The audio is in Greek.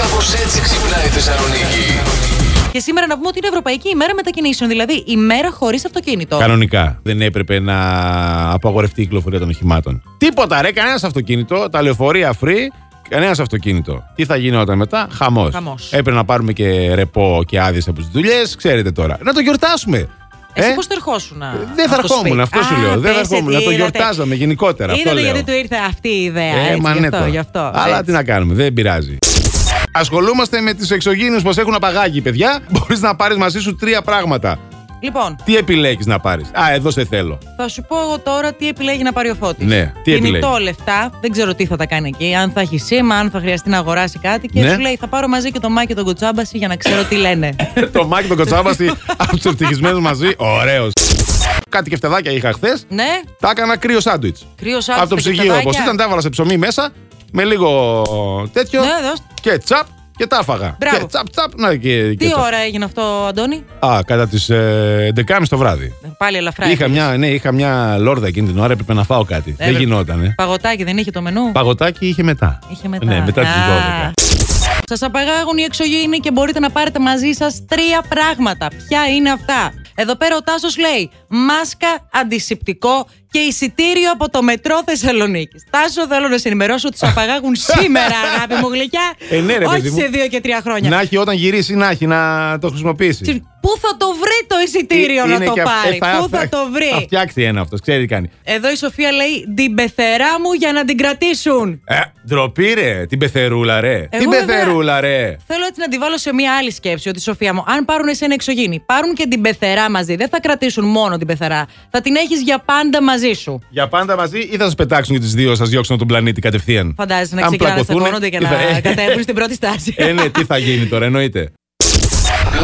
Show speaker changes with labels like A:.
A: Κάπως έτσι ξυπνάει η Θεσσαλονίκη.
B: Και σήμερα να πούμε ότι είναι Ευρωπαϊκή ημέρα μετακινήσεων, δηλαδή ημέρα χωρίς αυτοκίνητο.
C: Κανονικά δεν έπρεπε να απαγορευτεί η κυκλοφορία των οχημάτων. Τίποτα ρε, κανένας αυτοκίνητο, τα λεωφορεία free, κανένας αυτοκίνητο. Τι θα γινόταν μετά, χαμός.
B: Χαμός.
C: Έπρεπε να πάρουμε και ρεπό και άδειες από τις δουλειές, ξέρετε τώρα. Να το γιορτάσουμε.
B: Εσύ
C: Ε,
B: πώς το ερχόσουν.
C: δεν θα ερχόμουν, αυτό σου λέω. Δεν θα ερχόμουν, να το γιορτάζαμε γενικότερα. Αυτό
B: Είδατε
C: λέω.
B: γιατί του ήρθε αυτή η ιδέα.
C: Ε,
B: έτσι, γι'
C: μανέτα.
B: αυτό, γι' αυτό.
C: Αλλά
B: έτσι.
C: τι να κάνουμε, δεν πειράζει. Ασχολούμαστε με του εξωγήνου που μας έχουν απαγάγει, παιδιά. Μπορείς να πάρεις μαζί σου τρία πράγματα.
B: Λοιπόν,
C: Τι επιλέγεις να πάρεις. Α, εδώ σε θέλω.
B: θα σου πω εγώ τώρα τι επιλέγει να πάρει ο Φώτης.
C: Ναι, τι
B: Κινητό
C: επιλέγεις.
B: λεφτά, δεν ξέρω τι θα τα κάνει εκεί. Αν θα έχει σήμα, αν θα χρειαστεί να αγοράσει κάτι. Και
C: Ναι.
B: σου λέει θα πάρω μαζί και το Μάκη τον Κοτσάμπαση για να ξέρω τι λένε.
C: το Μάκη τον Κοτσάβαστη από τους ευτυχισμένους μαζί. Ωραίος. Κάτι κεφτεδάκια είχα χθες.
B: ναι,
C: Τα έκανα κρύο σάντουιτ.
B: κρύο άκουσα.
C: Από το ψυγείο όπως ήταν, τα έβαλα σε ψωμί μέσα με λίγο τέτοιο.
B: Ναι, δώσ'
C: Και τσαπ και τα έφαγα.
B: Μπράβο.
C: Και τσαπ, τσαπ. Να και. και
B: Τι
C: τσαπ.
B: ώρα έγινε αυτό, Αντώνη. Ε,
C: Α, κατά τις 11.30 το βράδυ.
B: Πάλι ελαφρά.
C: Είχα
B: έφυγες.
C: μια, ναι, είχα μια λόρδα εκείνη την ώρα, έπρεπε να φάω κάτι. δεν
B: Έπρεπε.
C: γινότανε.
B: Παγωτάκι δεν είχε το μενού.
C: Παγωτάκι είχε μετά.
B: Είχε μετά.
C: Ναι, μετά τις 12.
B: Σας απαγάγουν οι εξωγήινοι και μπορείτε να πάρετε μαζί σας τρία πράγματα. Ποια είναι αυτά. Εδώ πέρα ο Τάσος λέει μάσκα, αντισηπτικό και εισιτήριο από το μετρό Θεσσαλονίκης. Τάσο, θέλω να σε ενημερώσω ότι σε απαγάγουν σήμερα, αγάπη μου γλυκιά.
C: Ε, ναι, ρε,
B: Όχι
C: παιδί μου.
B: σε δύο και τρία χρόνια.
C: Να έχει όταν γυρίσει, να έχει να το χρησιμοποιήσει.
B: Τι- Πού θα το βρει το εισιτήριο
C: Ε,
B: να
C: είναι
B: το
C: και αυ-
B: πάρει,
C: ε,
B: Πού θα το
C: Θα
B: βρει.
C: φτιάξει ένα αυτός, ξέρει τι κάνει.
B: Εδώ η Σοφία λέει την πεθερά μου για να την κρατήσουν.
C: Ε, ντροπή ρε, την πεθερούλα ρε. την
B: βέβαια.
C: πεθερούλα ρε.
B: Θέλω έτσι να τη βάλω σε μία άλλη σκέψη ότι Σοφία μου, αν πάρουν εσένα εξωγήινη, πάρουν και την πεθερά μαζί. Δεν θα κρατήσουν μόνο την πεθερά. Θα την έχεις για πάντα μαζί σου.
C: Για πάντα μαζί ή θα σας πετάξουν και τις δύο, σας διώξουν από τον πλανήτη κατευθείαν.
B: Φαντάζεσαι να
C: Αν
B: ξεκινάνε να
C: πλακωθούνε,
B: στεγόνονται και
C: τι
B: να
C: θα- ε,
B: κατέβουν στην πρώτη στάση.
C: Ε, ναι, τι θα γίνει τώρα, εννοείται.